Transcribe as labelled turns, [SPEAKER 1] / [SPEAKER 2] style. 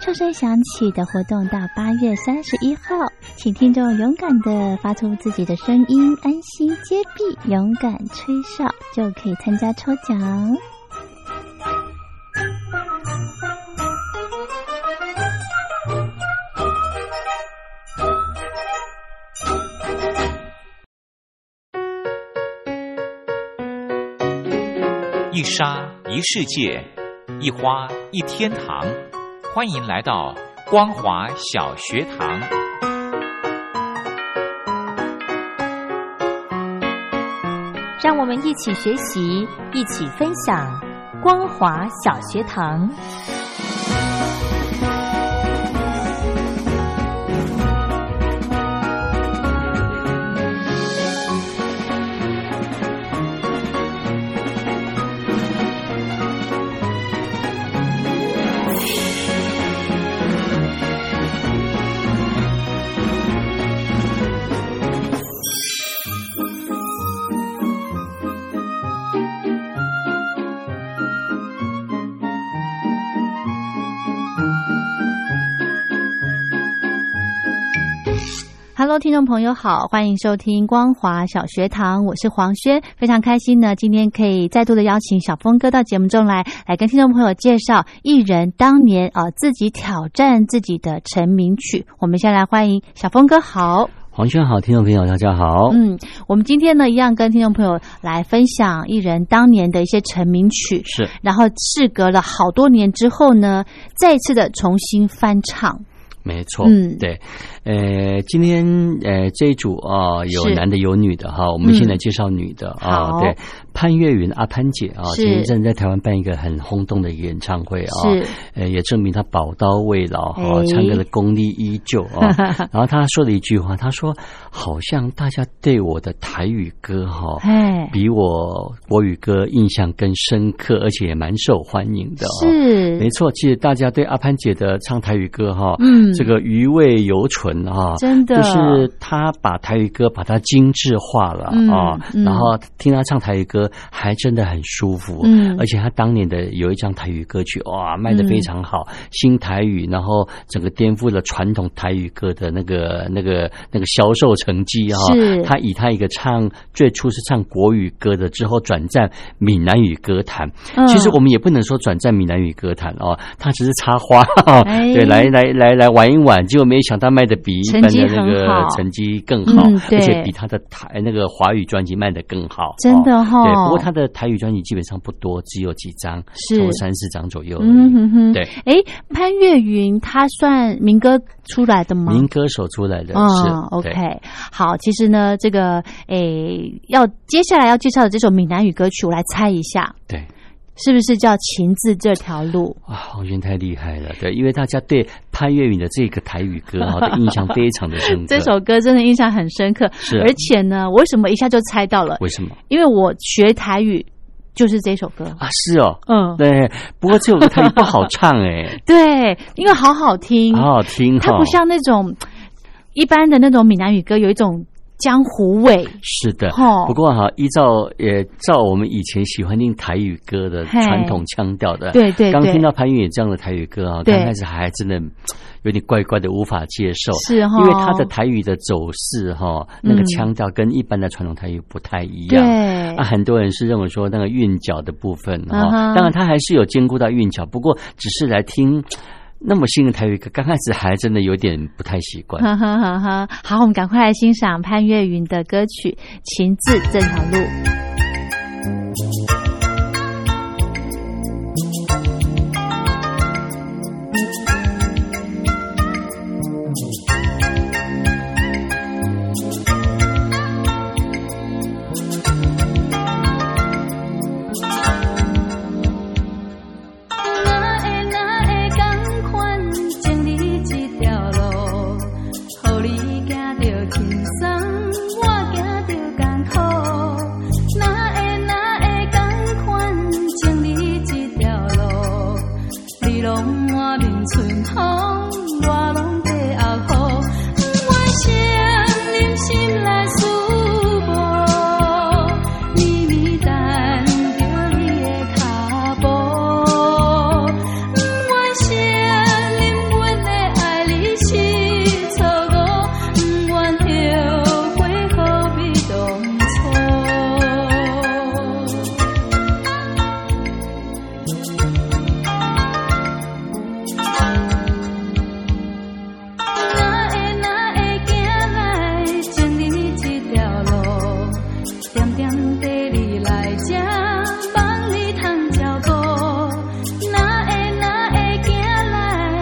[SPEAKER 1] 哨声响起的活动到八月三十一号，请听众勇敢的发出自己的声音，安心接币，勇敢吹哨就可以参加抽奖。
[SPEAKER 2] 一沙一世界，一花一天堂。欢迎来到光华小学堂。
[SPEAKER 3] 让我们一起学习，一起分享光华小学堂。
[SPEAKER 1] Hello，听众朋友好，欢迎收听光华小学堂，我是黄轩，非常开心呢，今天可以再度的邀请小峰哥到节目中来，来跟听众朋友介绍艺人当年啊、呃自己挑战自己的成名曲。我们先来欢迎小峰哥好，
[SPEAKER 4] 黄轩好，听众朋友大家好。
[SPEAKER 1] 嗯，我们今天呢一样跟听众朋友来分享艺人当年的一些成名曲，
[SPEAKER 4] 是
[SPEAKER 1] 然后事隔了好多年之后呢，再一次的重新翻唱。
[SPEAKER 4] 没错，
[SPEAKER 1] 嗯
[SPEAKER 4] 对，呃，今天呃这一组啊、有
[SPEAKER 1] 是
[SPEAKER 4] 男的有女的哈，我
[SPEAKER 1] 嗯
[SPEAKER 4] 们现在介绍女的啊、
[SPEAKER 1] 好
[SPEAKER 4] 对，潘越云阿潘姐啊，
[SPEAKER 1] 是
[SPEAKER 4] 前一阵在台湾办一个很轰动的一个演唱会啊，
[SPEAKER 1] 是，
[SPEAKER 4] 呃，也证明她宝刀未老哦哈、
[SPEAKER 1] 哎
[SPEAKER 4] 唱歌的功力依旧 啊。然后她说了一句话，她说好像大家对我的台语歌哈、
[SPEAKER 1] 哎，
[SPEAKER 4] 比我国语歌印象更深刻，而且也蛮受欢迎的、哦。
[SPEAKER 1] 是，
[SPEAKER 4] 没错，其实大家对阿潘姐的唱台语歌哈、
[SPEAKER 1] 嗯
[SPEAKER 4] 这个余味犹存哈、
[SPEAKER 1] 真的
[SPEAKER 4] 就是她把台语歌把它精致化了
[SPEAKER 1] 嗯
[SPEAKER 4] 啊、
[SPEAKER 1] 嗯
[SPEAKER 4] 然后听她唱台语歌还真的很舒服，
[SPEAKER 1] 嗯
[SPEAKER 4] 而且她当年的有一张台语歌曲哇卖的非常好、
[SPEAKER 1] 嗯
[SPEAKER 4] 新台语，然后整个颠覆了传统台语歌的那个那个那个销售成绩啊哈、
[SPEAKER 1] 是
[SPEAKER 4] 她以她一个唱最初是唱国语歌的，之后转战闽南语歌坛，
[SPEAKER 1] 嗯
[SPEAKER 4] 其实我们也不能说转战闽南语歌坛哦，他只是插花，哦
[SPEAKER 1] 哎
[SPEAKER 4] 对，来来来来玩一玩，结果没想到卖的比一般的那
[SPEAKER 1] 成绩很好
[SPEAKER 4] 个成绩更好，
[SPEAKER 1] 嗯对
[SPEAKER 4] 而且比他的台那个华语专辑卖的更好，
[SPEAKER 1] 真的哈、
[SPEAKER 4] 哦对，不过他的台语专辑基本上不多，只有几张，
[SPEAKER 1] 是
[SPEAKER 4] 从三四张左右而已。
[SPEAKER 1] 嗯哼哼，
[SPEAKER 4] 对，
[SPEAKER 1] 哎，潘越云他算民歌出来的吗？
[SPEAKER 4] 民歌手出来的
[SPEAKER 1] 嗯
[SPEAKER 4] 是、
[SPEAKER 1] ，OK，
[SPEAKER 4] 对
[SPEAKER 1] 好，其实呢，这个诶，要接下来要介绍的这首闽南语歌曲，我来猜一下，
[SPEAKER 4] 对。
[SPEAKER 1] 是不是叫《情字这条路
[SPEAKER 4] 哇，黄轩太厉害了，对，因为大家对潘越云的这个台语歌哈、的印象非常的深》刻。
[SPEAKER 1] 这首歌真的印象很深刻，
[SPEAKER 4] 是啊嗯
[SPEAKER 1] 而且呢，我为什么一下就猜到了？
[SPEAKER 4] 为什么
[SPEAKER 1] 因为我学台语就是这首歌，
[SPEAKER 4] 啊？是哦，
[SPEAKER 1] 嗯，
[SPEAKER 4] 对，不过这首歌台语不好唱哎、
[SPEAKER 1] 对，因为好好听，
[SPEAKER 4] 好好听哦
[SPEAKER 1] 嗯
[SPEAKER 4] 哈、
[SPEAKER 1] 它不像那种一般的那种闽南语歌，有一种江湖味，
[SPEAKER 4] 是的
[SPEAKER 1] 哦，
[SPEAKER 4] 不过哈、依照也照我们以前喜欢听台语歌的
[SPEAKER 1] 嘿
[SPEAKER 4] 传统腔调的，
[SPEAKER 1] 对对
[SPEAKER 4] 嗯刚
[SPEAKER 1] 对
[SPEAKER 4] 听到潘越云这样的台语歌啊，
[SPEAKER 1] 对
[SPEAKER 4] 刚开始还真的有点怪怪的，无法接受。
[SPEAKER 1] 是哦哈、
[SPEAKER 4] 因为他的台语的走势哈、那个腔调跟一般的传统台语不太一样。
[SPEAKER 1] 对
[SPEAKER 4] 啊，很多人是认为说那个韵脚的部分哈、
[SPEAKER 1] 嗯哼
[SPEAKER 4] 当然他还是有兼顾到韵脚，不过只是来听那么新的台语歌，刚开始还真的有点不太习惯。
[SPEAKER 1] 哈哈哈哈！好，我们赶快来欣赏潘越云的歌曲《情字这条路》。